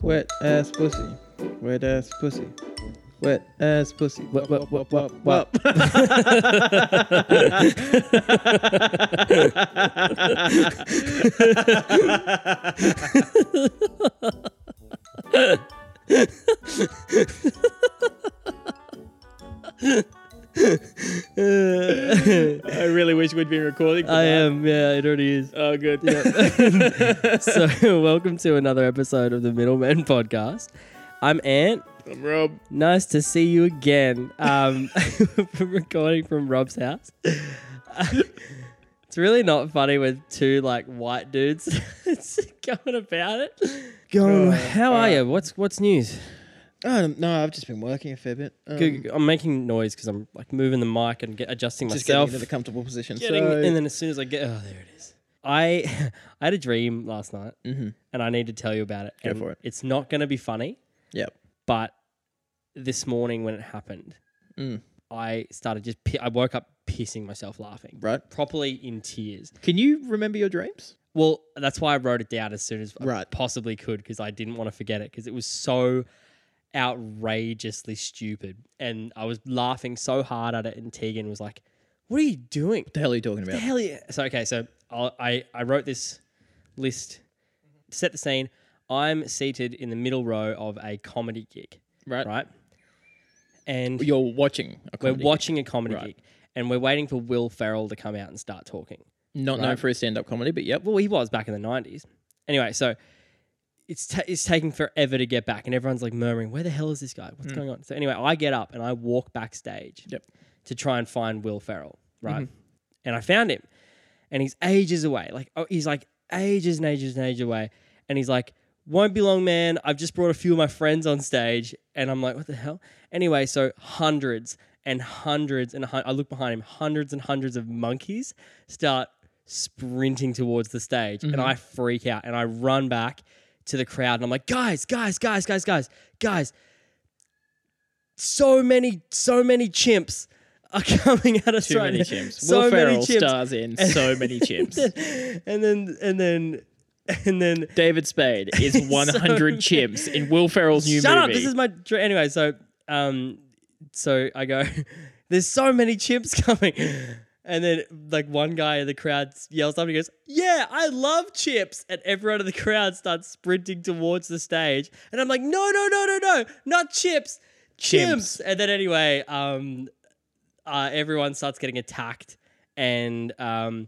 Wet ass pussy. Wet ass pussy. Wet ass pussy. Wop, wop, wop, wop, wop. I really wish we'd been recording. for I that. am, yeah, it already is. Oh, good. so, welcome to another episode of the Middlemen podcast. I'm Ant. I'm Rob. Nice to see you again. Um, we're recording from Rob's house. it's really not funny with two like white dudes going about it. Going, Oh, how are alright. you? What's what's news? Oh, no, I've just been working a fair bit. Um, Good- I'm making noise because I'm like moving the mic and get, adjusting Just getting myself. into the comfortable position. Getting- so, and then as soon as I get, oh, there it is. I I had a dream last night. Mhm. and I need to tell you about it. Go And for it. It's not going to be funny, Yep. but this morning when it happened, Mm. I started just. Pi- I woke up pissing myself laughing, Right. properly in tears. Can you remember your dreams? Well, that's why I wrote it down as soon as I Right. possibly could because I didn't want to forget it because it was so outrageously stupid, and I was laughing so hard at it. And Tegan was like, "What are you doing?" What the hell are you talking about? Hell yeah. So, okay, so I'll, I, I wrote this list to set the scene. I'm seated in the middle row of a comedy gig, Right. right? And You're watching a we're comedy. watching a comedy Right. gig and we're waiting for Will Ferrell to come out and start talking. Not known right. for his stand up comedy, but yep. Well, he was back in the 90s. Anyway, so it's, ta- it's taking forever to get back, and everyone's like murmuring, Where the hell is this guy? What's going on? So, anyway, I get up and I walk backstage Mm. Yep. Mm-hmm. to try and find Will Ferrell, right? And I found him, and he's ages away. Like, oh, he's like ages and ages and ages away. And he's like, Won't be long, man. I've just brought a few of my friends on stage. And I'm like, What the hell? Anyway, so hundreds and hundreds and hun- I look behind him, hundreds and hundreds of monkeys start sprinting towards the stage. Mm-hmm. And I freak out and I run back to the crowd and I'm like, Guys, guys, guys, guys, guys, guys so many, so many chimps are coming out of Too many chimps. So Will many Ferrell chimps. stars in so many chimps. And then, and then, and then. David Spade is 100 chimps in Will Ferrell's new shut movie. up! This is my dr- anyway. So, um, so I go. There's so many chimps coming, and then like one guy in the crowd yells up and he goes, "Yeah, I love chips!" And everyone in the crowd starts sprinting towards the stage, and I'm like, "No, no, no, no, no! Not chips, chimps!" And then anyway, um, uh, everyone starts getting attacked, and um,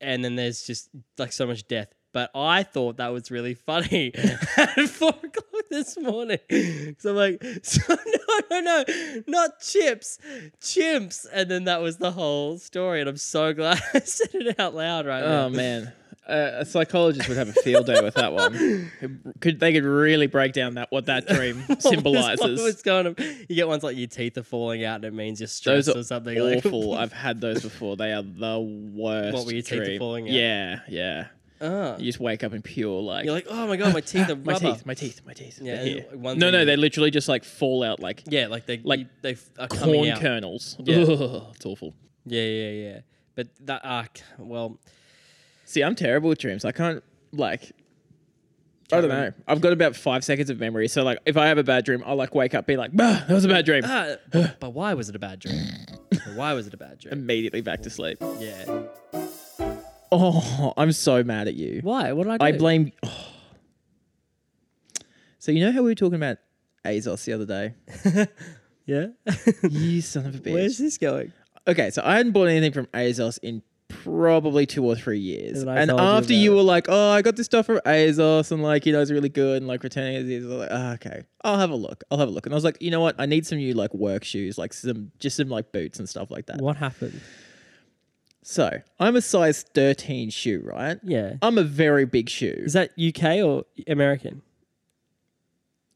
and then there's just like so much death. But I thought that was really funny at four o'clock this morning. So I'm like, so, no, no, no, not chips, chimps. And then that was the whole story. And I'm so glad I said it out loud right Oh, now. man. Uh, a psychologist would have a field day with that one. could they could really break down that what that dream symbolizes. What's going on? You get ones like your teeth are falling out and it means you're stressed Those or are something. like- awful. I've had those before. They are the worst. What, were your teeth dream. falling out? Yeah, yeah. Ah. You just wake up in pure like. You're like, oh my God, my teeth are my rubber. teeth, my teeth, my teeth. Yeah, They're and here. one no, thing no, you- they literally just like fall out like Yeah, like they Like they f- are coming corn out. kernels. Yeah. Ugh, it's awful. Yeah, yeah, yeah. But that, ah, c well, See, I'm terrible with dreams. I can't like. I don't know. I've got about five seconds of memory, so like, if I have a bad dream, I'll like wake up, be like, "Bah, that was a bad dream," Ah, but but why was it a bad dream? But why was it a bad dream? immediately back to sleep. Yeah. Oh, I'm so mad at you. Why? What did I do? blame. Oh, So, you know how we were talking about Azos the other day? Yeah. you son of a bitch. Where's this going? Okay, so I hadn't bought anything from Azos in probably two or three years. And And, I told you after about you, it. were like, oh, I got this stuff from Azos and like, you know, it's really good and like returning it is I was like, oh, okay, I'll have a look. I'll have a look. And I was like, you know what? I need some new like work shoes, like some, just some like boots and stuff like that. What happened? So I'm a size 13 shoe, right? Yeah. I'm a very big shoe. Is that UK or American?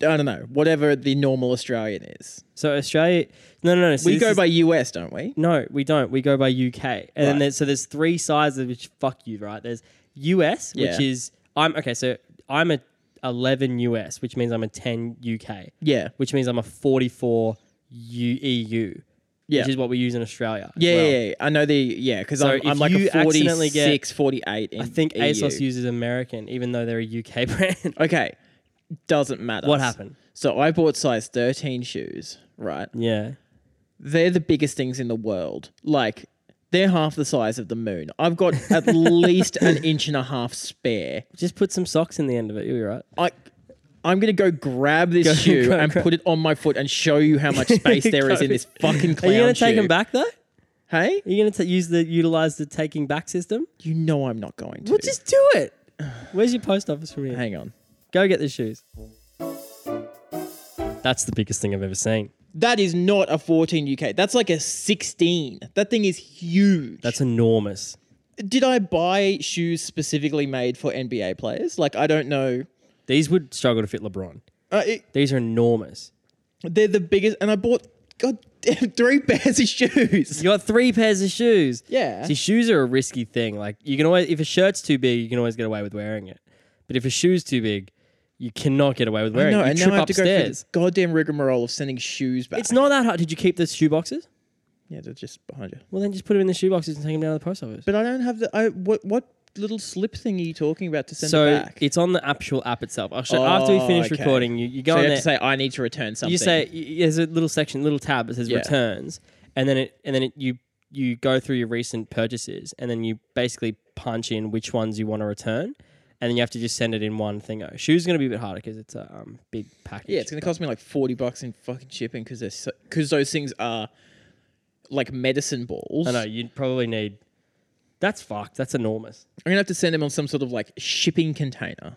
I don't know, whatever the normal Australian is. So Australia? No, no, no. so we this go is- by US, don't we? No, we don't. We go by UK. And then Right. there's, so there's three sizes which fuck you, right? There's US, which Yeah. is I'm okay. So I'm a 11 US, which means I'm a 10 UK, Yeah. which means I'm a 44 U, EU, Yeah. which is what we use in Australia. as Yeah, well. yeah, yeah. I know the yeah, because So I'm, I'm if like you a accidentally 46, get- 48 in I think EU. ASOS uses American, even though they're a UK brand. Okay. Doesn't matter. What happened? So I bought size 13 shoes, right? Yeah. They're the biggest things in the world. Like, they're half the size of the moon. I've got at least an inch and a half spare. Just put some socks in the end of it. You'll be right. I, I'm gonna go grab this Go- shoe go- and go. put it on my foot and show you how much space there is in this fucking Are clown you going to take shoe. them back though? Are Hey, you going to use the utilize the taking back system? you know I'm not going to. Well, just do it. Where's your post office from here? Hang on. Go get the shoes. That's the biggest thing I've ever seen. That is not a 14 UK. That's like a 16. That thing is huge. That's enormous. Did I buy shoes specifically made for NBA players? Like I don't know. These would struggle to fit LeBron. Uh, it, These are enormous. they're the biggest, and I bought god damn, three pairs of shoes. You got three pairs of shoes. Yeah. See, shoes are a risky thing. Like you can always, if a shirt's too big, you can always get away with wearing it. But if a shoe's too big, you cannot get away with wearing No, it. You and now trip I have to go through upstairs. this goddamn rigmarole of sending shoes back. it's not that hard. Did you keep the shoe boxes? yeah, they're just behind you. Well, then just put them in the shoe boxes and take them down to the post office. But I don't have the. I what what little slip thing are you talking about to send so it back? it's on the actual app itself. I'll show after we Oh, finish okay. recording, you, you go so on you have there. to say I need to return something. you say y- there's a little section, little tab that says Yeah. returns, and then it and then it, you you go through your recent purchases, and then you basically punch in which ones you want to return, and then you have to just send it in one thing. Oh, shoes going to be a bit harder because it's a um, big package. yeah, it's gonna cost me like forty bucks in fucking shipping because they're because those things are like medicine balls. I know you probably need. That's fucked. That's enormous. I'm gonna have to send them on some sort of like shipping container.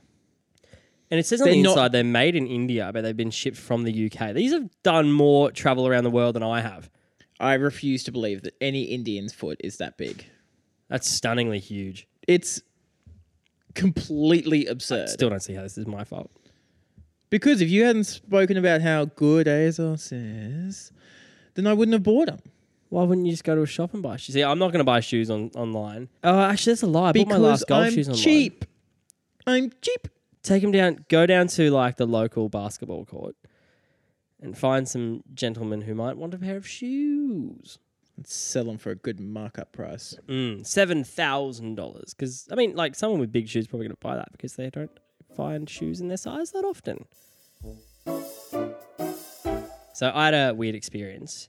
And it says on They're the not- inside they're made in India, but they've been shipped from the UK. These have done more travel around the world than I have. I refuse to believe that any Indian's foot is that big. That's stunningly huge. It's completely absurd. Still don't see how this is my fault. because if you hadn't spoken about how good Azos is, then I wouldn't have bought them. Why wouldn't you just go to a shop and buy shoes? See, I'm not going to buy shoes on online. Oh, actually, that's a lie. I bought my Because last golf I'm shoes online. cheap. I'm cheap. Take them down. Go down to like the local basketball court, and find some gentlemen who might want a pair of shoes. Sell them for a good markup price. Mm, Seven thousand dollars. Because I mean, like someone with big shoes is probably going to buy that because they don't find shoes in their size that often. So I had a weird experience.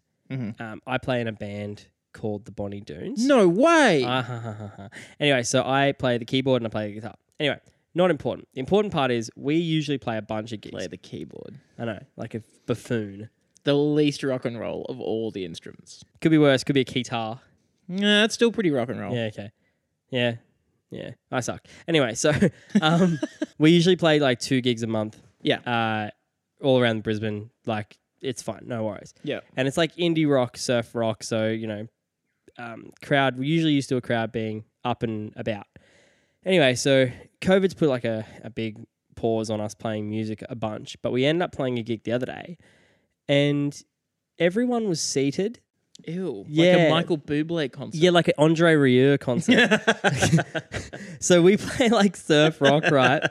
Um, I play in a band called the Bonnie Doons. No way. Ah, ha, ha, ha, ha. anyway, so I play the keyboard and I play the guitar. Anyway, not important. The important part is we usually play a bunch of gigs. Play the keyboard. I know, like a buffoon. The least rock and roll of all the instruments. Could be worse. Could be a guitar. Nah, it's still pretty rock and roll. Yeah. Okay. Yeah. Yeah. I suck. Anyway, so um, we usually play like two gigs a month. Yeah. Uh, all around Brisbane. Like it's fine. No worries. Yeah. And it's like indie rock, surf rock. So you know, um, crowd. We're usually used to a crowd being up and about. Anyway, so COVID's put like a, a big pause on us playing music a bunch, but we ended up playing a gig the other day, and everyone was seated. Ew. Like Yeah. a Michael Bublé concert. Yeah, like an Andre Rieu concert. so we play like surf rock, right?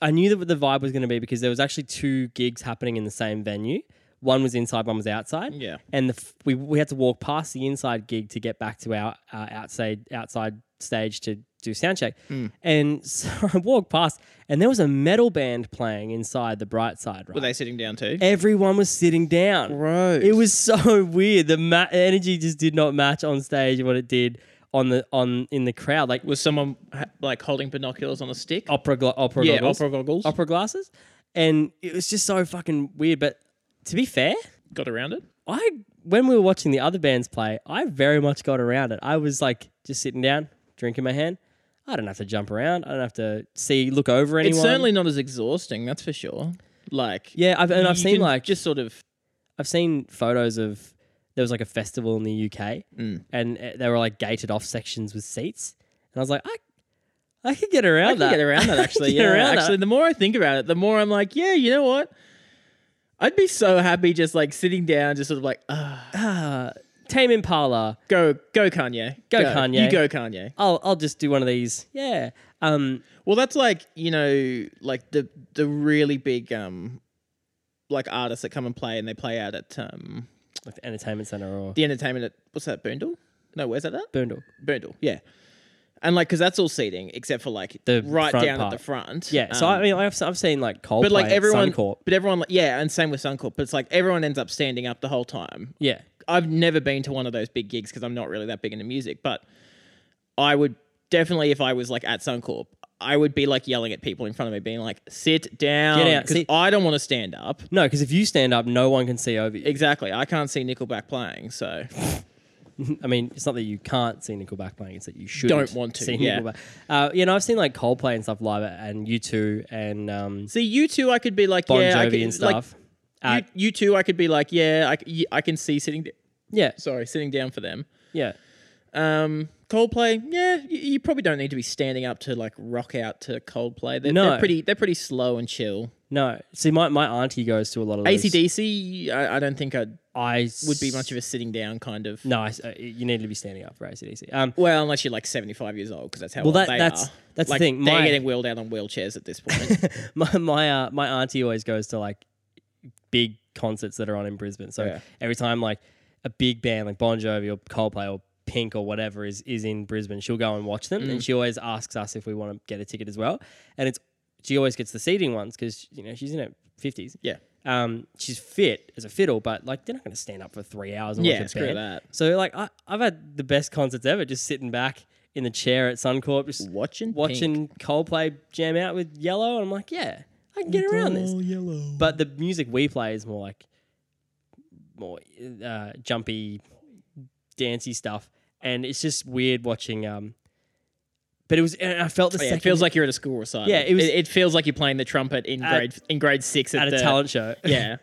I knew that what the vibe was going to be because there was actually two gigs happening in the same venue. One was inside, one was outside. Yeah. and the f- we we had to walk past the inside gig to get back to our uh, outside outside stage to do sound check. Hmm. And so I walked past, and there was a metal band playing inside the bright side. Right, Were they sitting down too? everyone was sitting down. Gross. It was so weird. The ma- energy just did not match on stage what it did on the on in the crowd. Like Was someone ha- like holding binoculars on a stick? opera gla- opera yeah, goggles, opera goggles. opera glasses, and it was just so fucking weird. But to be fair, Got around it. I when we were watching the other bands play, I very much got around it. I was like just sitting down, drink in my hand. I don't have to jump around. I don't have to see look over anyone. It's certainly not as exhausting, that's for sure. Like, yeah. I've, and I've you seen can like just sort of I've seen photos of there was like a festival in the UK, Mm. and uh, there were like gated off sections with seats, and I was like, I, I could get around I can that. get around I that could actually. get yeah, around that. actually, the more I think about it, the more I'm like, yeah, you know what? I'd be so happy just like sitting down, just sort of like, ah, Tame Impala. go, go Kanye, Go Kanye. you go Kanye. I'll I'll just do one of these. Yeah. Um. Well, that's like you know, like the the really big um, like artists that come and play, and they play out at um Like the entertainment center or the entertainment at what's that Boondall? No, where's that at? Boondall. Boondall, yeah. And like, because that's all seating except for like The right front down part. at the front. Yeah, so Um, I mean, I've, I've seen like Coldplay, but like everyone, Suncorp. but everyone, like, yeah, and same with Suncorp. But it's like everyone ends up standing up the whole time. Yeah, I've never been to one of those big gigs because I'm not really that big into music, but I would definitely, if I was like at Suncorp, I would be like yelling at people in front of me, being like, sit down. Get out, 'cause sit- I don't want to stand up. no, because if you stand up, no one can see over you. Exactly. I can't see Nickelback playing. So I mean, it's not that you can't see Nickelback playing; it's that you should Don't want to, See yeah. Nickelback. Uh, you know, I've seen like Coldplay and stuff live, and U two and um, see, you two, I could be like, Bon yeah, I Jovi could, and Like, stuff. Uh, you, you two, I could be like, yeah, I, c- y- I can see sitting. d- yeah, Sorry, sitting down for them. yeah, Um, Coldplay, yeah, y- you, probably don't need to be standing up to like rock out to Coldplay. They're, No. they're pretty, they're pretty slow and chill. no. See, my, my auntie goes to a lot of those. ACDC, I, I don't think I I would be much of a sitting down kind of. no. I s uh, you need to be standing up for ACDC. Um, Well, unless you're like 75 years old, because that's how Well, old that- they that's- are. that's the Like, thing, They're my- getting wheeled out on wheelchairs at this point. my my uh, my auntie always goes to like big concerts that are on in Brisbane. So Yeah. every time like a big band like Bon Jovi or Coldplay or Pink or whatever is is in Brisbane, she'll go and watch them, Mm. and she always asks us if we want to get a ticket as well. And it's she always gets the seating ones because you know she's in her fifties. Yeah. Um, she's fit as a fiddle, but like they're not going to stand up for three hours and yeah, watch a screw band. that. So like I, I've had the best concerts ever, just sitting back in the chair at Suncorp, just Watching Pink. watching Coldplay jam out with Yellow, and I'm like, yeah, I can get around this. Mm-hmm. But the music we play is more like more uh, jumpy, dancey stuff, and it's just weird watching. Um, but it was, and I felt the Oh, Yeah, second it feels like you're at a school recital. Yeah, it was- It, it feels like you're playing the trumpet in At- grade in grade six at, at a the- talent show. Yeah.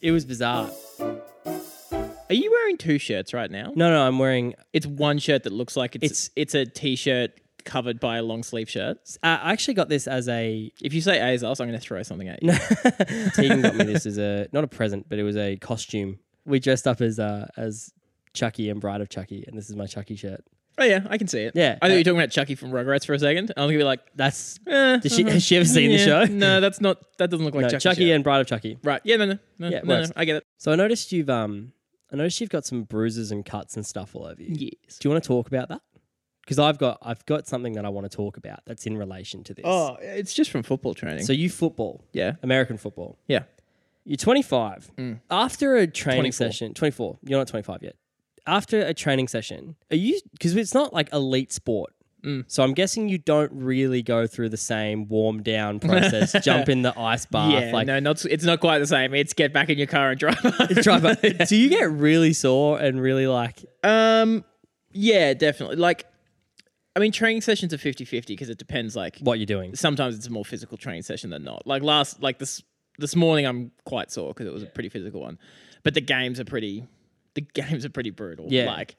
it was bizarre. Are you wearing two shirts right now? No, no, I'm wearing. It's one shirt that looks like it's it's, a t-shirt covered by a long sleeve shirt. Uh, I actually got this as a. If you say Azos, I'm going to throw something at you. Tegan got me this as a not a present, but it was a costume. We dressed up as uh, as Chucky and Bride of Chucky, and this is my Chucky shirt. Oh yeah, I can see it. Yeah. Uh, I thought you were talking about Chucky from Rugrats for a second. I was gonna be like, That's eh, Does she, has she ever seen the yeah, show? No, that's not. That doesn't look like No, Chucky. Chucky, shirt. and Bride of Chucky. Right. Yeah, no, no. No, Yeah, it no, no, works. I get it. So I noticed you've um, I noticed you've got some bruises and cuts and stuff all over you. Yes. Do you want to talk about that? Because I've got I've got something that I want to talk about that's in relation to this. Oh, it's just from football training. So you football, yeah. Mm. American football. Yeah. You're 25. After a training 24. session, 24. You're not 25 yet. After a training session, are you because it's not like elite sport. Mm. So I'm guessing you don't really go through the same warm down process, jump in the ice bath, Yeah. Ah, like no, not. It's not quite the same. It's get back in your car and drive. home. drive up. Do you get really sore and really like um. Yeah, definitely. Like, I mean, training sessions are 50-50 because it depends. Like, what you're doing? sometimes it's a more physical training session than not. Like last, like this this morning, I'm quite sore because it was a pretty physical one. But the games are pretty, the games are pretty brutal. Yeah. Like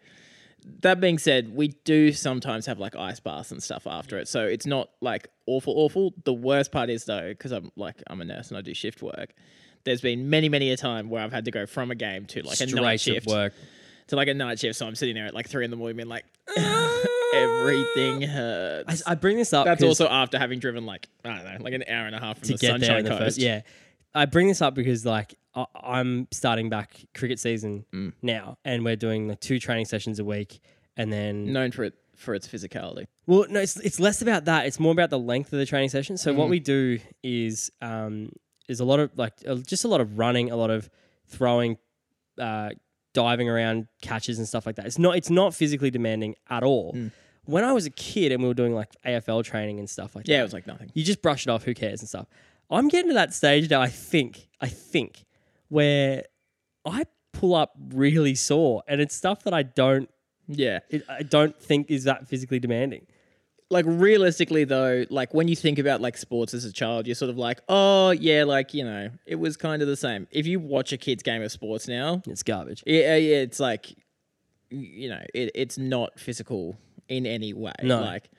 that being said, we do sometimes have like ice baths and stuff after it, so it's not like awful, awful. The worst part is though, because I'm like I'm a nurse and I do shift work. There's been many, many a time where I've had to go from a game to like a night Straight to shift work. to like a night shift. So I'm sitting there at like three in the morning, being like, everything hurts. Ah, I, I bring this up. That's 'cause also after having driven like I don't know, like an hour and a half from to the get there Sunshine in the Coast. first. Yeah, I bring this up because like I, I'm starting back cricket season Mm. now, and we're doing like two training sessions a week, and then known for it for its physicality. Well, no, it's, it's less about that. It's more about the length of the training session. So what we do is um, is a lot of like uh, just a lot of running, a lot of throwing, uh, diving around catches and stuff like that. It's not it's not physically demanding at all. When I was a kid and we were doing like AFL training and stuff like Yeah, it that, was like nothing. you just brush it off. Who cares and stuff. I'm getting to that stage now. I think I think where I pull up really sore, and it's stuff that I don't Yeah, it, I don't think is that physically demanding. like realistically though, like when you think about like sports as a child, you're sort of like, oh yeah, like you know, it was kind of the same. If you watch a kid's game of sports now, It's garbage. yeah, yeah, it's like y- you know, it, it's not physical in any way. No. Like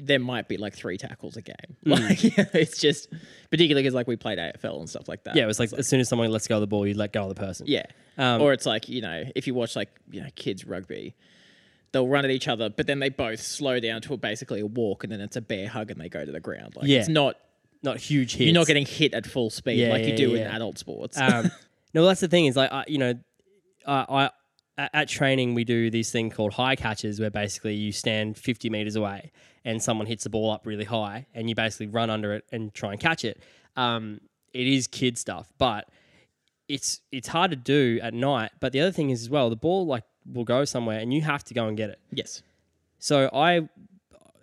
there might be like three tackles a game. Mm. Like you know, it's just particularly because like we played AFL and stuff like that. Yeah, it was like as soon as someone lets go of the ball, you let go of the person. Yeah. Um, or it's like, you know, if you watch like, you know, kids rugby, they'll run at each other, but then they both slow down to a, basically a walk and then it's a bear hug and they go to the ground. Like Yeah. it's not not huge hits. you're not getting hit at full speed Yeah, like yeah, Um, you do in yeah. adult sports. Um, no, that's the thing is like I, you know, I, I at, at training, we do this thing called high catches, where basically you stand 50 meters away and someone hits the ball up really high, and you basically run under it and try and catch it. Um, it is kid stuff, but it's it's hard to do at night. But the other thing is as well, the ball like will go somewhere, and you have to go and get it. Yes. So I,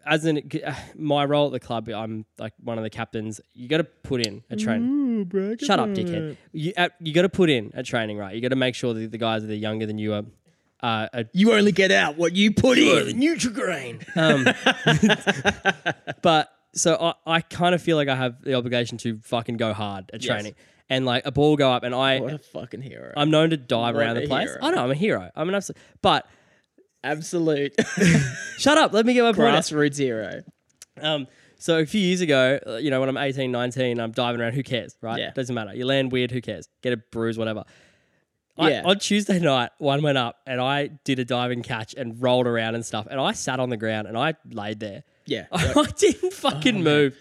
as in my role at the club, I'm like one of the captains. You got to put in a training. Shut up, dickhead. You uh, you got to put in a training, right? You got to make sure that the guys that are younger than you are. Uh, are You only get out what you put in. Nutrigrain. Um, but so I, I kind of feel like I have the obligation to fucking go hard at Yes. training, and like a ball will go up, and I What a fucking hero. I'm known to dive What around a the place. hero. I know I'm a hero. I'm an absolute. But Absolute shut up. Let me get my point. out. grassroots hero. Um, so a few years ago, uh, you know, when I'm 18, 19, I'm diving around. Who cares, right? Yeah. Doesn't matter. You land weird. Who cares? Get a bruise, whatever. I, Yeah. On Tuesday night, one went up, and I did a diving catch and rolled around and stuff. And I sat on the ground and I laid there. Oh, Yeah. I didn't fucking move.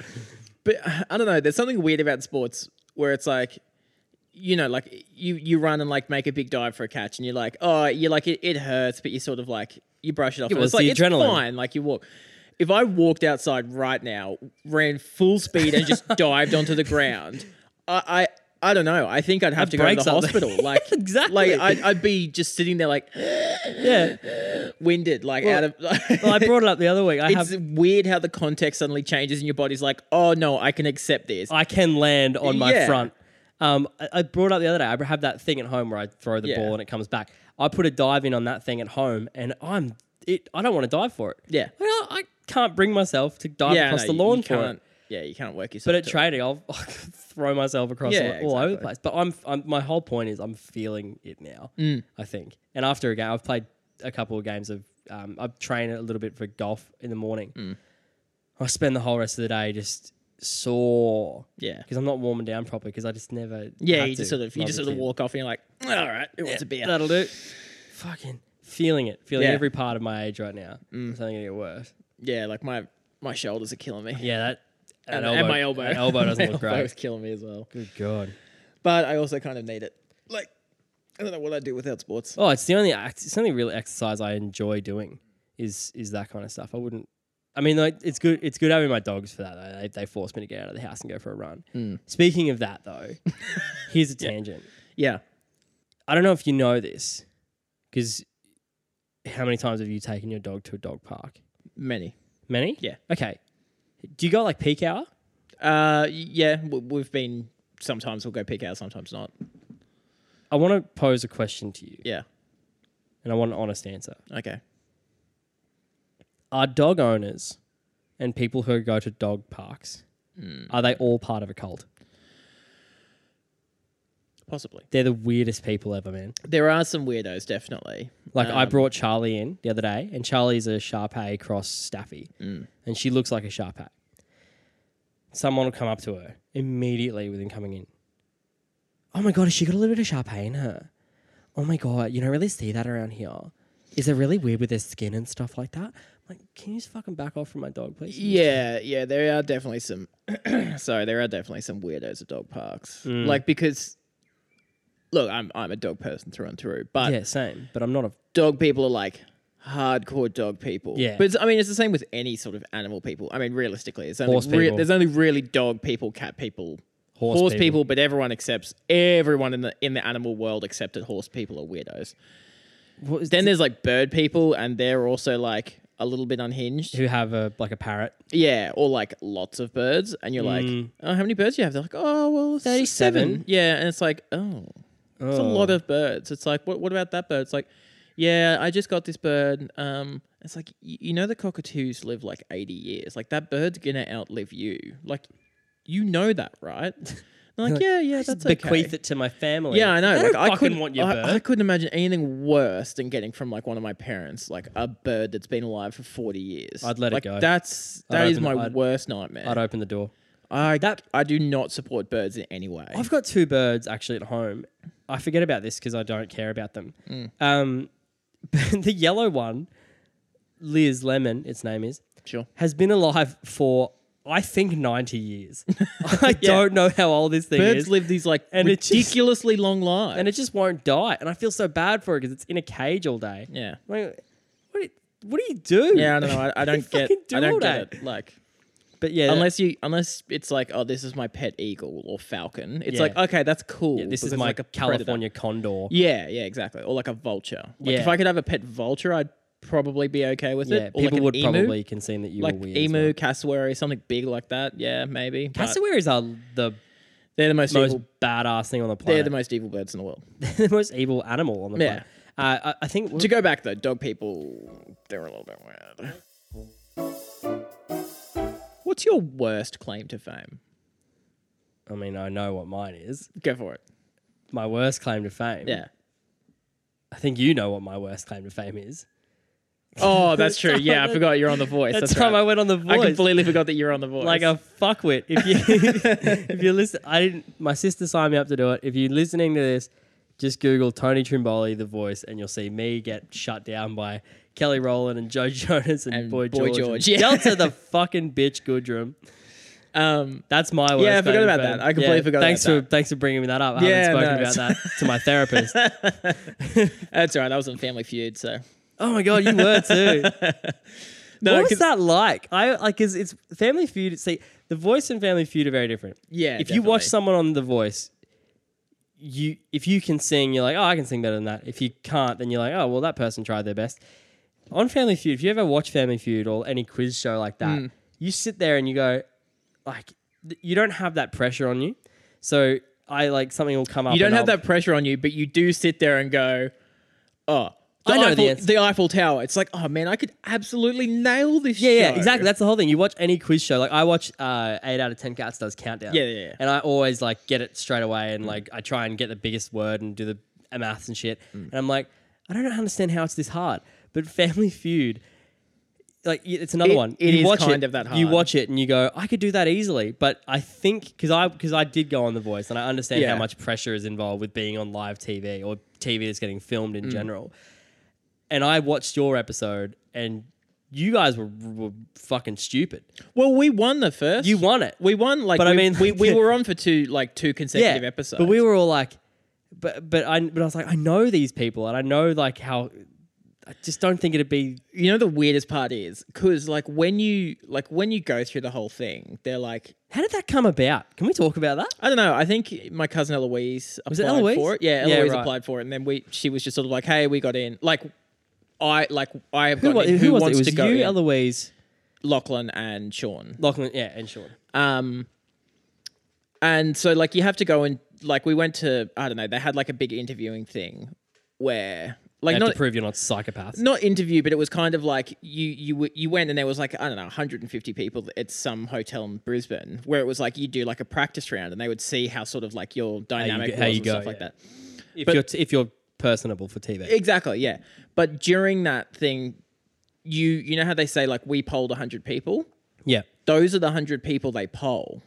but I don't know. There's something weird about sports where it's like, you know, like you you run and like make a big dive for a catch, and you're like, oh, you're like it, it hurts, but you sort of like you brush it off. and well, it's it's like the it's adrenaline. fine. Like you walk. If I walked outside right now, ran full speed and just dived onto the ground, I. I I don't know. I think I'd have to go to breaks the something. hospital. Like Exactly. Like I'd, I'd be just sitting there, like Yeah. winded, like out of. Well, I brought it up the other week. I it's have. weird how the context suddenly changes, and your body's like, "Oh no, I can accept this." I can land on my Yeah. front. Um, I, I brought up the other day. I have that thing at home where I throw the Yeah. ball and it comes back. I put a dive in on that thing at home, and I'm it. I don't want to dive for it. Yeah. Well, I can't bring myself to dive yeah, across no, the you- lawn you for can't, it. Yeah, you can't work yourself. But at to it. training, I'll throw myself across Yeah, all, all over the exactly. place. But I'm, I'm my whole point is I'm feeling it now. Mm. I think. And after a game, I've played a couple of games of. Um, I've trained a little bit for golf in the morning. Mm. I spend the whole rest of the day just sore. Yeah. because I'm not warming down properly because I just never. yeah, had you just to sort of when I you was just a sort of kid. walk off and you're like, all right, who wants a beer? That'll do. Fucking feeling it, feeling Yeah. Mm. every part of my age right now. It's only gonna get worse. yeah, like my my shoulders are killing me. Yeah, that that and, and my elbow. that elbow doesn't My look elbow is great. killing me as well. Good God. But I also kind of need it. Like, I don't know what I do without sports. Oh, it's the only act. It's the only real exercise I enjoy doing is is that kind of stuff. I wouldn't. I mean, like it's good. It's good having my dogs for that. Though. They they force me to get out of the house and go for a run. Speaking of that, though, here's a tangent. Hmm. Yeah, I don't know if you know this, because how many times have you taken your dog to a dog park? many. Many? Yeah. Okay. Do you go like peak hour? Uh, yeah, w- we've been. Sometimes we'll go pick out, sometimes not. I want to pose a question to you, Yeah. and I want an honest answer. Okay. Are dog owners and people who go to dog parks Hmm. are they all part of a cult? Possibly. They're the weirdest people ever, man. There are some weirdos, definitely. Like I Um, brought Charlie in the other day, and Charlie's a Sharpei cross Staffy, Hmm. and she looks like a Sharpei. Someone will come up to her immediately within coming in. Oh my god, has she got a little bit of Sharpei in her? Oh my god, you don't really see that around here. Is it really weird with their skin and stuff like that? I'm like, can you just fucking back off from my dog, please? Yeah, yeah, there are definitely some. sorry, there are definitely some weirdos at dog parks. Mm. Like because, look, I'm I'm a dog person through and through, but Yeah, same. But I'm not a dog people are like hardcore dog people. Yeah. but it's, I mean it's the same with any sort of animal people. I mean realistically, it's only Horse people. there's only really dog people, cat people. Horse horse people. people, but everyone accepts everyone in the in the animal world except that horse people are weirdos. what is Then there's like bird people, and they're also like a little bit unhinged. who have a like a parrot. Yeah, or like lots of birds, and you're like, oh, how many birds do you have? They're like, oh, well, 37. thirty-seven. Yeah, and it's like, oh, it's a lot of birds. It's like, what? What about that bird? It's like, yeah, I just got this bird. Um, it's like, y- you know, the cockatoos live like eighty years. Like that bird's gonna outlive you. Like, you know that, right? They're like, yeah, yeah, that's okay. bequeath it to my family. Yeah, I know. They like, don't I fucking couldn't want your I, bird. I couldn't imagine anything worse than getting from like one of my parents like a bird that's been alive for forty years. I'd let it Like, go. That's I'd that is open- my I'd- worst nightmare. I'd open the door. I That- I do not support birds in any way. I've got two birds actually at home. I forget about this because I don't care about them. Mm. Um, but the yellow one, Liz Lemon, its name is, sure. has been alive for I think 90 years. I don't know how old this thing Birds is. live these like And it just- ridiculously long lives. and it just won't die. And I feel so bad for it because it's in a cage all day. yeah. Like, what, do you, what do you do? Yeah, I don't know. I, I What do you don't get. fucking do I don't all get day? it. Like But yeah, unless you, unless it's like, oh, this is my pet eagle or falcon. It's Yeah. like, okay, that's cool. yeah, this but is that's my like a predator. California condor. Yeah, yeah, exactly. Or like a vulture. Like Yeah. if I could have a pet vulture, I'd probably be okay with Yeah, it. Or people like an would emu. probably concede that you like were weird. as emu, well. cassowary, something big like that. Yeah, maybe. But Cassowaries are the they're the most, most evil. badass thing on the They're planet. the most evil birds in the world. the most evil animal on the Yeah. planet. Uh, I, I think To go back though, dog people, they're a little bit weird. What's your worst claim to fame? I mean I know what mine is. Go for it. My worst claim to fame. Yeah. I think you know what my worst claim to fame is. Oh, that's true. Yeah, I That- forgot you're on the voice. That That's, time right. I went on the I voice. completely forgot that you're on the voice. like a fuckwit. If you if you listen, I didn't. My sister signed me up to do it. If you're listening to this, just Google Tony Trimboli, The Voice, and you'll see me get shut down by Kelly Rowland and Joe Jonas and, And Boy, Boy George. George, and yeah. Delta the fucking bitch Goodrum. um, That's my worst. I forgot claim to about fame. that. I completely forgot Thanks about for thanks for bringing that up. I Yeah, haven't spoken no, about that to my therapist. that's all right. I was on Family Feud, so oh my god, you were too. no, what was 'cause- that like? I like because it's Family Feud. See, The Voice and Family Feud are very different. yeah. if you watch definitely. someone on The Voice, you if you can sing, you're like, oh, I can sing better than that. If you can't, then you're like, oh, well, that person tried their best. On Family Feud, if you ever watch Family Feud or any quiz show like that, Mm. you sit there and you go, like, th- you don't have that pressure on you. So I like something will come up. you don't and have I'll- that pressure on you, but you do sit there and go, oh. The I know the Eiffel, answer. Eiffel Tower. It's like, oh man, I could absolutely nail this. Yeah, yeah, show. exactly. That's the whole thing. You watch any quiz show, like I watch uh, eight out of ten cats does countdown. Yeah, yeah, yeah. Mm. And I always like get it straight away, and like I try and get the biggest word and do the uh, maths and shit. Mm. And I'm like, I don't understand how it's this hard. But Family Feud, like y- it's another It- one. it you is watch kind it, of that You hard. watch it and you go, I could do that easily. But I think because I because I did go on The Voice, and I understand how Yeah. much pressure is involved with being on live TV or TV that's getting filmed Mm. in general and I watched your episode, and you guys were, were fucking stupid. Well, we won the first. You won it. We won. Like, But I we, mean, we, we were on for two, like two consecutive episodes. But we were all like, but but I but I was like, I know these people, and I know like how. I just don't think it'd be. you know the weirdest part is because like when you like when you go through the whole thing, they're like, How did that come about? Can we talk about that? I don't know. I think my cousin Eloise applied it Eloise? for it. Yeah, Yeah, Eloise right. applied for it, and then we she was just sort of like, hey, we got in. Like, I like I have Who, got wa- in. who was wants it? It was to go? you, in? Eloise, Lachlan and Sean. Lachlan, yeah, and Sean. Um, and so like you have to go and like we went to I don't know they had like a big interviewing thing where You like have not to prove you're not psychopaths. not interview but it was kind of like you you w- you went and there was like I don't know 150 people at some hotel in Brisbane where it was like you do like a practice round and they would see how sort of like your dynamic how was you and go, stuff like yeah. that. if but- you're t- if you're personable for TV, Exactly, yeah. But during that thing you you know how they say like we polled 100 people? yeah, those are the hundred people they poll.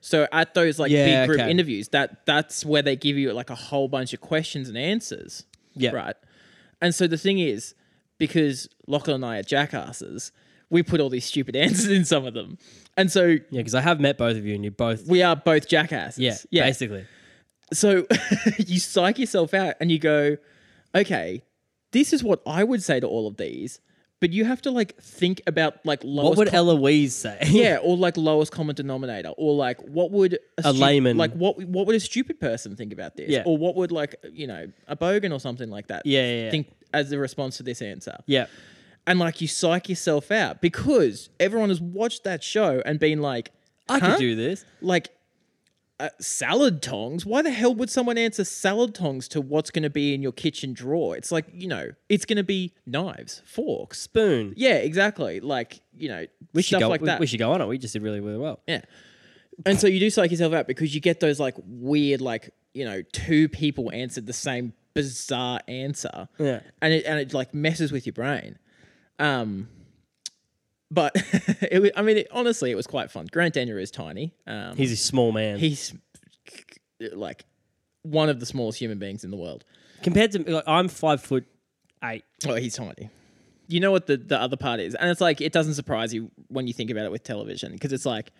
So at those like Yeah, big group okay. interviews, that that's where they give you like a whole bunch of questions and answers. Yeah. Right. And so the thing is, because Lachlan and I are jackasses, we put all these stupid answers in some of them. And so yeah, because I have met both of you, and you both, we are both jackasses. yeah, Yeah. basically, So you psych yourself out and you go, okay, this is what I would say to all of these, but you have to like think about like lowest what would co- Eloise say? yeah, or like lowest common denominator, or like what would a, stu- layman- like what what would a stupid person think about this, Yeah. or what would like you know a bogan or something like that, Yeah, yeah, yeah. think as the response to this answer, yeah, and like you psych yourself out because everyone has watched that show and been like, I huh? could do this. like uh, salad tongs. Why the hell would someone answer salad tongs to what's going to be in your kitchen drawer? It's like you know, it's going to be knives, forks. Spoon. Yeah, exactly. Like you know, We should stuff go. like we, that. we should go on it. We just did really, really well. Yeah. And so you do psych yourself out because you get those like weird, like, you know, two people answered the same bizarre answer. Yeah. And it and it like messes with your brain. Um but it was, I mean it, honestly it was quite fun. Grant Denyer is tiny. Um He's a small man. he's like one of the smallest human beings in the world. Compared to like, I'm five foot eight. Oh, he's tiny. you know what the, the other part is. And it's like, it doesn't surprise you when you think about it with television because it's like,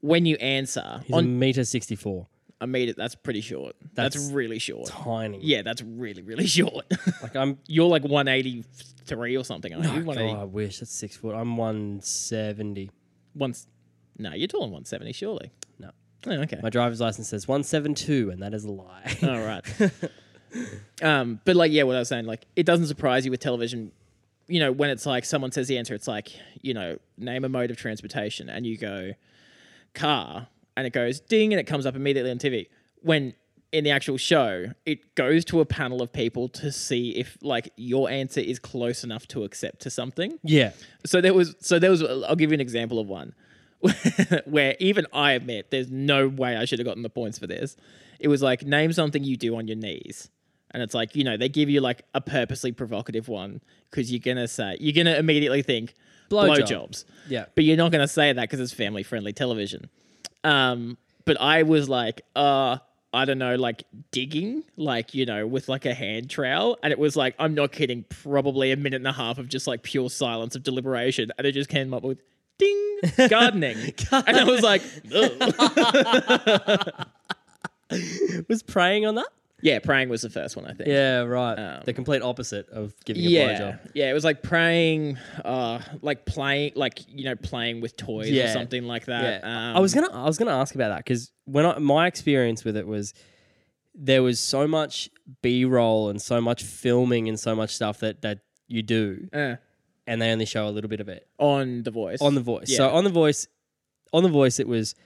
when you answer He's on a meter 64. a meter, that's pretty short. That's, That's really short. Tiny. Yeah, that's really, really short. Like I'm. You're like 183 or something, aren't you? Oh, God, 180 I wish that's six foot. I'm 170. once. No, you're taller than 170, surely. No. Oh, okay. My driver's license says 172, and that is a lie. All right. um, but like, yeah, what I was saying, like, it doesn't surprise you with television. You know, when it's like someone says the answer, it's like, you know, name a mode of transportation, and you go car, and it goes ding, and it comes up immediately on TV. When in the actual show, it goes to a panel of people to see if like your answer is close enough to accept to something. yeah. So there was, so there was. I'll give you an example of one where even I admit there's no way I should have gotten the points for this. It was like name something you do on your knees, and it's like you know they give you like a purposely provocative one because you're gonna say you're gonna immediately think Blowjob. blowjobs, Yeah. but you're not gonna say that because it's family friendly television. Um, but I was like, uh. I don't know, like digging, like, you know, with like a hand trowel. And it was like, I'm not kidding, probably a minute and a half of just like pure silence of deliberation. And it just came up with ding, gardening. and I was like, "Ugh." Was praying on that? yeah, praying was the first one, I think. Yeah, right. Um, the complete opposite of giving a Yeah, blowjob. yeah, it was like praying, uh, like playing, like you know, playing with toys Yeah. or something like Yeah, that. Um, I was gonna I was gonna ask about that because when I, my experience with it was there was so much B roll and so much filming and so much stuff that that you do, uh, and they only show a little bit of it on the voice. on the voice. Yeah. So on the voice, on the voice, it was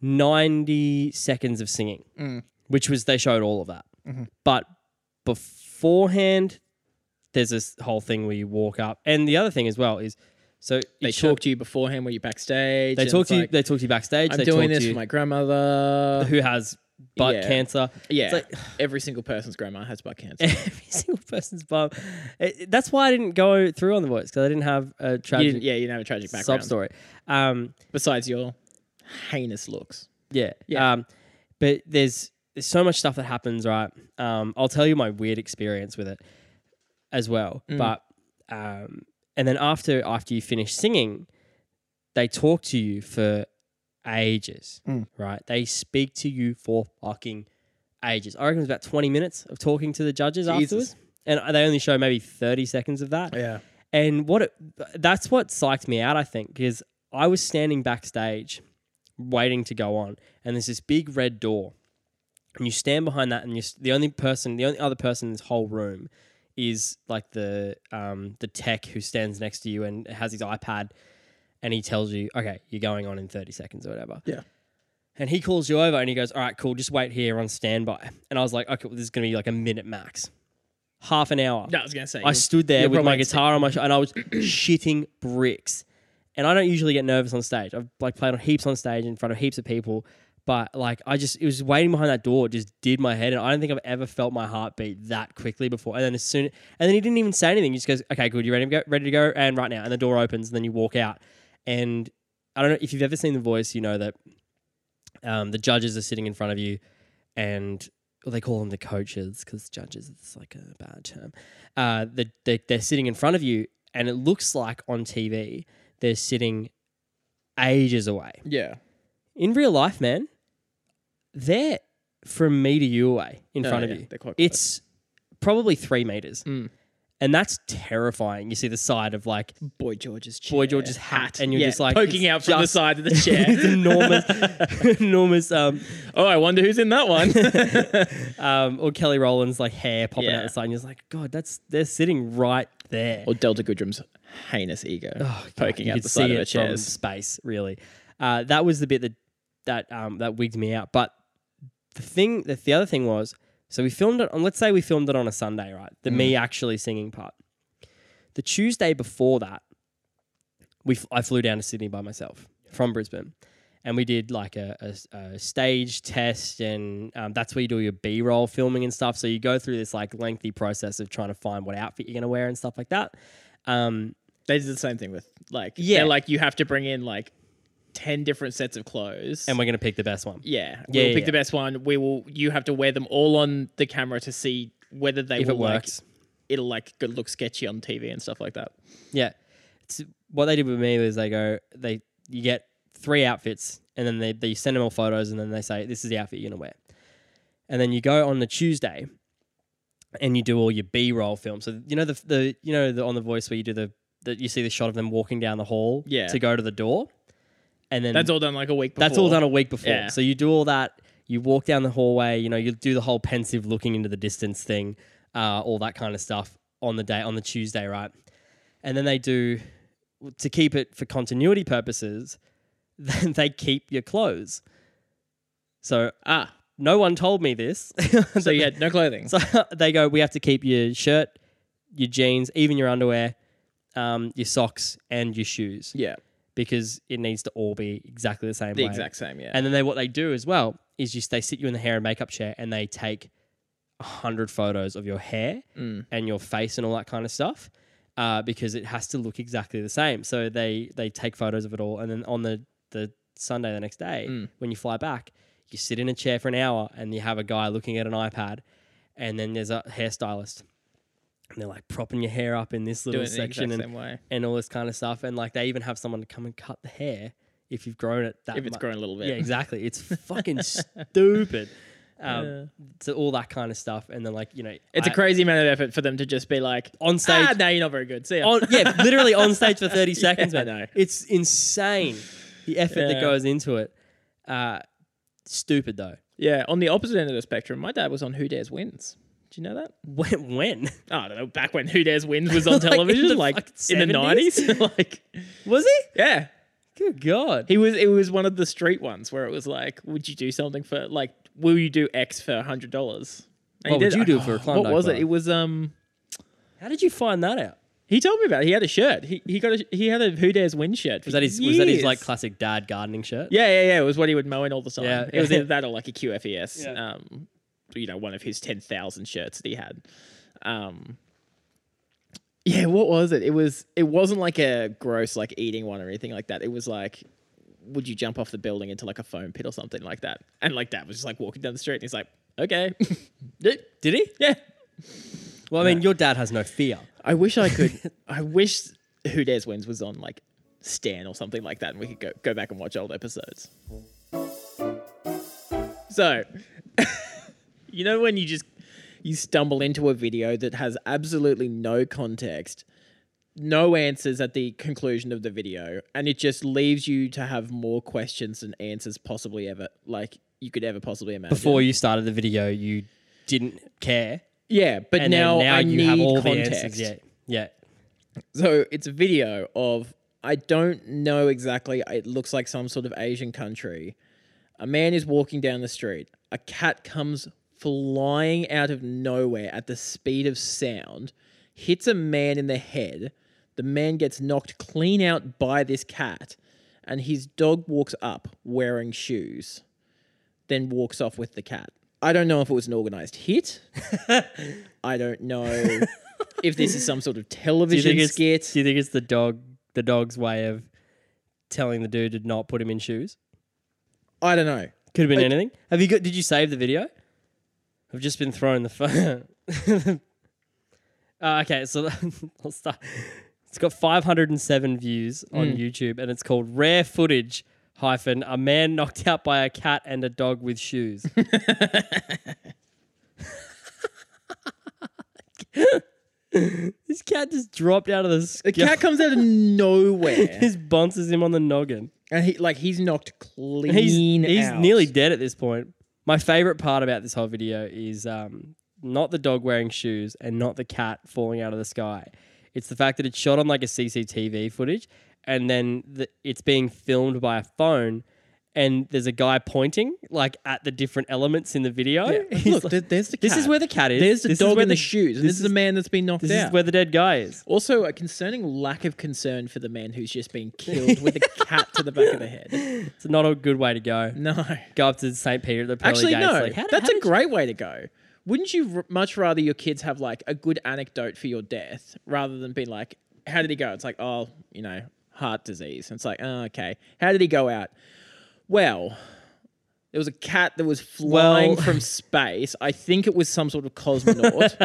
ninety seconds of singing, Mm. which was they showed all of that, Mm-hmm. but beforehand. There's this whole thing where you walk up, and the other thing as well is, so they it show- talk to you beforehand when you're backstage. They and talk it's to you. like, they talk to you backstage. I'm they doing talk this to you, for my grandmother. who has butt Yeah. cancer. Yeah, It's like every single person's grandma has butt cancer. every single person's bum. It- it- that's why I didn't go through on the voice because I didn't have a You tragic didn't- yeah, you didn't have a tragic sub background. story. Um, Besides your heinous looks. yeah. Yeah. Um, but there's there's so much stuff that happens, right? Um, I'll tell you my weird experience with it as well. But um, and then after after you finish singing, they talk to you for ages, right? They speak to you for fucking ages. I reckon it was about twenty minutes of talking to the judges afterwards, and they only show maybe thirty seconds of that. Yeah. And what it, that's what psyched me out, I think, because I was standing backstage waiting to go on, and there's this big red door. And you stand behind that, and you're s- the only person, the only other person in this whole room is like the um, the tech who stands next to you and has his iPad, and he tells you, okay, you're going on in 30 seconds or whatever. Yeah. And he calls you over and he goes, all right, cool, just wait here on standby. And I was like, okay, well, this is going to be like a minute max, half an hour. No, I was gonna say. I you- stood there you're with my probably- guitar on my shoulder and I was shitting bricks. And I don't usually get nervous on stage. I've like played on heaps on stage in front of heaps of people, but like I just it was waiting behind that door, it just did my head, and I don't think I've ever felt my heart beat that quickly before. And then as soon and then he didn't even say anything. He just goes, "Okay, good, you ready to go? Ready to go?" And right now, and the door opens, and then you walk out. And I don't know if you've ever seen The Voice, you know that um, the judges are sitting in front of you, and well, they call them the coaches because judges is like a bad term. Uh, the, they, they're sitting in front of you, and it looks like on TV they're sitting ages away. Yeah. In real life, man, they're from me to you away in Oh, front yeah, of you. they're quite close. It's probably three meters. Mm. And that's terrifying. You see the side of like Boy George's chair. Boy George's hat, and you're Yeah, just like poking it's out from the just- side of the chair. enormous, enormous um, oh, I wonder who's in that one. um, or Kelly Rowland's like hair popping out Yeah. the side, and you're just like, God, that's they're sitting right there. or Delta Goodrum's heinous ego Oh, God, poking you out could the side see of her it from chairs. space, really. Uh, that was the bit that that um, that wigged me out. But the thing, the, the other thing was, so we filmed it on. Let's say we filmed it on a Sunday, right? The me actually singing part. The Tuesday before that, we f- I flew down to Sydney by myself from Brisbane, and we did like a, a s- a stage test, and um, that's where you do your B roll filming and stuff. So you go through this like lengthy process of trying to find what outfit you're gonna wear and stuff like that. Um, They did the same thing with like Yeah. yeah, like you have to bring in like ten different sets of clothes. and we're gonna pick the best one. yeah, Yeah, we'll yeah, pick yeah. the best one. We will. You have to wear them all on the camera to see whether they if will it works. Mm. Like, it'll like go- look sketchy on TV and stuff like that. Yeah. It's, what they did with me was they go, they you get three outfits and then they, they send them all photos and then they say, this is the outfit you're going to wear. And then you go on the Tuesday and you do all your B-roll film. So, you know, the, the you know, the, on the voice where you do the, that you see the shot of them walking down the hall Yeah. to go to the door. And then That's all done like a week. Before. that's all done a week before. Yeah. So you do all that. You walk down the hallway. You know, you do the whole pensive looking into the distance thing, uh, all that kind of stuff on the day on the Tuesday, right? And then they do to keep it for continuity purposes. Then they keep your clothes. So Ah, no one told me this. so you had no clothing. So they go, we have to keep your shirt, your jeans, even your underwear, um, your socks, and your shoes yeah, because it needs to all be exactly the same the way. exact same. Yeah, And then they what they do as well is just they sit you in the hair and makeup chair and they take a hundred photos of your hair Mm. and your face and all that kind of stuff. Uh, because it has to look exactly the same. So they they take photos of it all and then on the, the Sunday the next day, Mm. when you fly back, you sit in a chair for an hour and you have a guy looking at an iPad and then there's a hairstylist. And they're like propping your hair up in this little doing it the section exact same and way. and all this kind of stuff. And like they even have someone to come and cut the hair if you've grown it that If it's mu- grown a little bit. Yeah, exactly. It's fucking stupid. Um, So all that kind of stuff, and then like you know, It's a I- crazy amount of effort for them to just be like On stage- Ah, no, you're not very good. See ya. on, yeah, literally on stage for thirty seconds. Yeah, I Man, know. it's insane the effort that Yeah. goes into it. Uh, stupid though. yeah. On the opposite end of the spectrum, my dad was on Who Dares Wins. Do you know that? When when Oh, I don't know. Back when Who Dares Wins was on Like in television, the like fucking in the 70s? nineties, like was he? yeah, Good God! He was it was one of the street ones where it was like, would you do something for like will you do X for hundred dollars? What would you do for a Klondike What was bar? it? It was um How did you find that out? he told me about it. He had a shirt. He he got a he had a Who Dares Win shirt. Was that his? Was that his like classic dad gardening shirt? Yeah, yeah, yeah. It was what he would mow in all the time. Yeah. It was either that or like a QFES. Yeah. Um you know, one of his ten thousand shirts that he had. Um yeah, what was it? It was it wasn't like a gross like eating one or anything like that. It was like would you jump off the building into like a foam pit or something like that? And like that was just like walking down the street and he's like, okay. Did he? yeah. Well, I mean, your dad has no fear. I wish I could. I wish Who Dares Wins was on like Stan or something like that and we could go, go back and watch old episodes. So, you know when you just you stumble into a video that has absolutely no context, no answers at the conclusion of the video, and it just leaves you to have more questions than answers possibly ever like you could ever possibly imagine. before you started the video, you didn't care. yeah, but And now, then now I you need have all context. the answers. Yeah. Yeah. So it's a video of I don't know exactly. It looks like some sort of Asian country. A man is walking down the street. A cat comes flying out of nowhere at the speed of sound, hits a man in the head. The man gets knocked clean out by this cat, and his dog walks up wearing shoes, then walks off with the cat. I don't know if it was an organized hit. I don't know if this is some sort of Do you, television think it's, skit. do you think it's the dog the dog's way of telling the dude to not put him in shoes? I don't know. Could have been anything. Have you got did you save the video? I've just been thrown the phone. uh, okay, so I'll start. It's got 507 views on Hmm. YouTube and it's called Rare Footage hyphen a man knocked out by a cat and a dog with shoes. this cat just dropped out of the sky. The cat comes out of nowhere, just bounces him on the noggin. and he like he's knocked clean. He's, he's out. nearly dead at this point. My favorite part about this whole video is um, not the dog wearing shoes and not the cat falling out of the sky. It's the fact that it's shot on like a CCTV footage and then the, it's being filmed by a phone and there's a guy pointing like at the different elements in the video. Yeah. He's Look, like, there- there's the cat. this is where the cat is. there's the This is dog where in the, shoes. And this, is the man that's been knocked This out. is where the dead guy is. also, a concerning lack of concern for the man who's just been killed with a cat to the back of the head. It's not a good way to go. No, Go up to St. Peter at the pearly actually, gates. no. Like, how d- that's how a did you- great way to go. Wouldn't you r- much rather your kids have like a good anecdote for your death rather than being like, "How did he go?" It's like, "Oh, you know, heart disease." And it's like, "Oh, okay." How did he go out? Well, There was a cat that was flying Well- from space. I think it was some sort of cosmonaut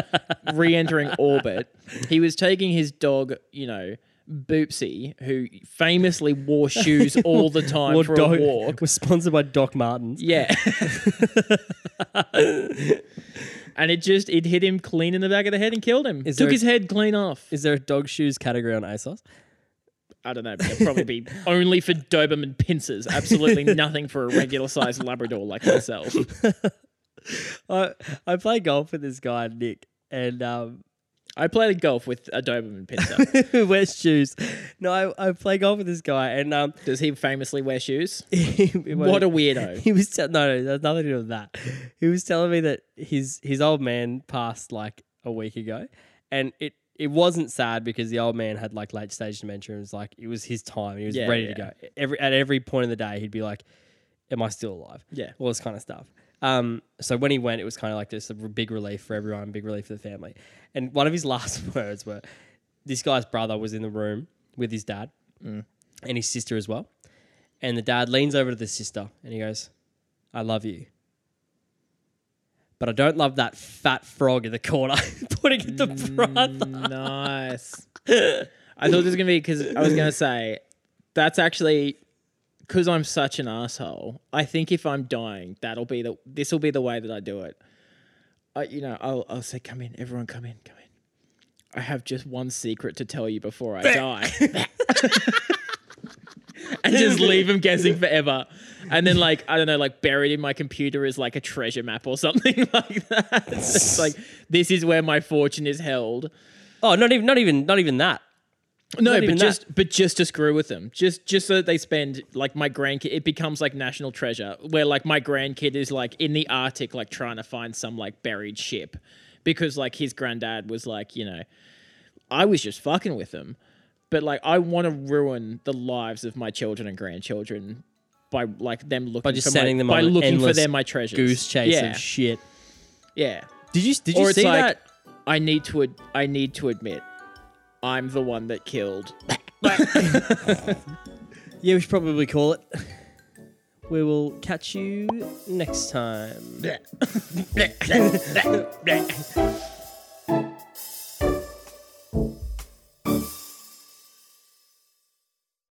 re-entering orbit. He was taking his dog, you know, Boopsy, who famously wore shoes all the time Or for a Doc- walk. We're sponsored by Doc Martens. Yeah. and it just it hit him clean in the back of the head and killed him. Is Took there- his head clean off. Is there a dog shoes category on ASOS? I don't know. but It'd probably be only for Doberman pincers. Absolutely nothing for a regular sized Labrador like myself. I I play golf with this guy Nick, and um, I played golf with a Doberman pincer. who wears shoes. No, I, I play golf with this guy, and um, Does he famously wear shoes? he- What a weirdo. he was tell no, no, there's nothing to do with that. He was telling me that his his old man passed like a week ago, and it it wasn't sad because the old man had like late stage dementia and was like it was his time. He was Yeah, ready to yeah. go. Every at every point of the day, he'd be like, "Am I still alive?" Yeah. all this kind of stuff. Um, so when he went, it was kind of like this a big relief for everyone, big relief for the family. And one of his last words were, "This guy's brother was in the room with his dad Mm. and his sister as well." And the dad leans over to the sister and he goes, "I love you." But I don't love that fat frog in the corner pointing at the brother. nice. I thought this was gonna be because I was gonna say that's actually because I'm such an asshole. I think if I'm dying, that'll be the this will be the way that I do it. I, you know, I'll I'll say, come in, everyone, come in, come in. I have just one secret to tell you before I die. and just leave them guessing forever. And then like, I don't know, like buried in my computer is like a treasure map or something like that. It's like this is where my fortune is held. Oh, not even, not even, not even that. No, Not but even that. just but just to screw with them, just just so that they spend like my grandkid. It becomes like national treasure, where like my grandkid is like in the Arctic, like trying to find some like buried ship, because like his granddad was like, you know, I was just fucking with them, but like I want to ruin the lives of my children and grandchildren by like them looking just for my, sending them by on an looking for endless their my treasures, Goose chase yeah, and shit. yeah. Did you did you Or it's see like that? I need to ad- I need to admit, I'm the one that killed. Yeah, we should probably call it. We will catch you next time.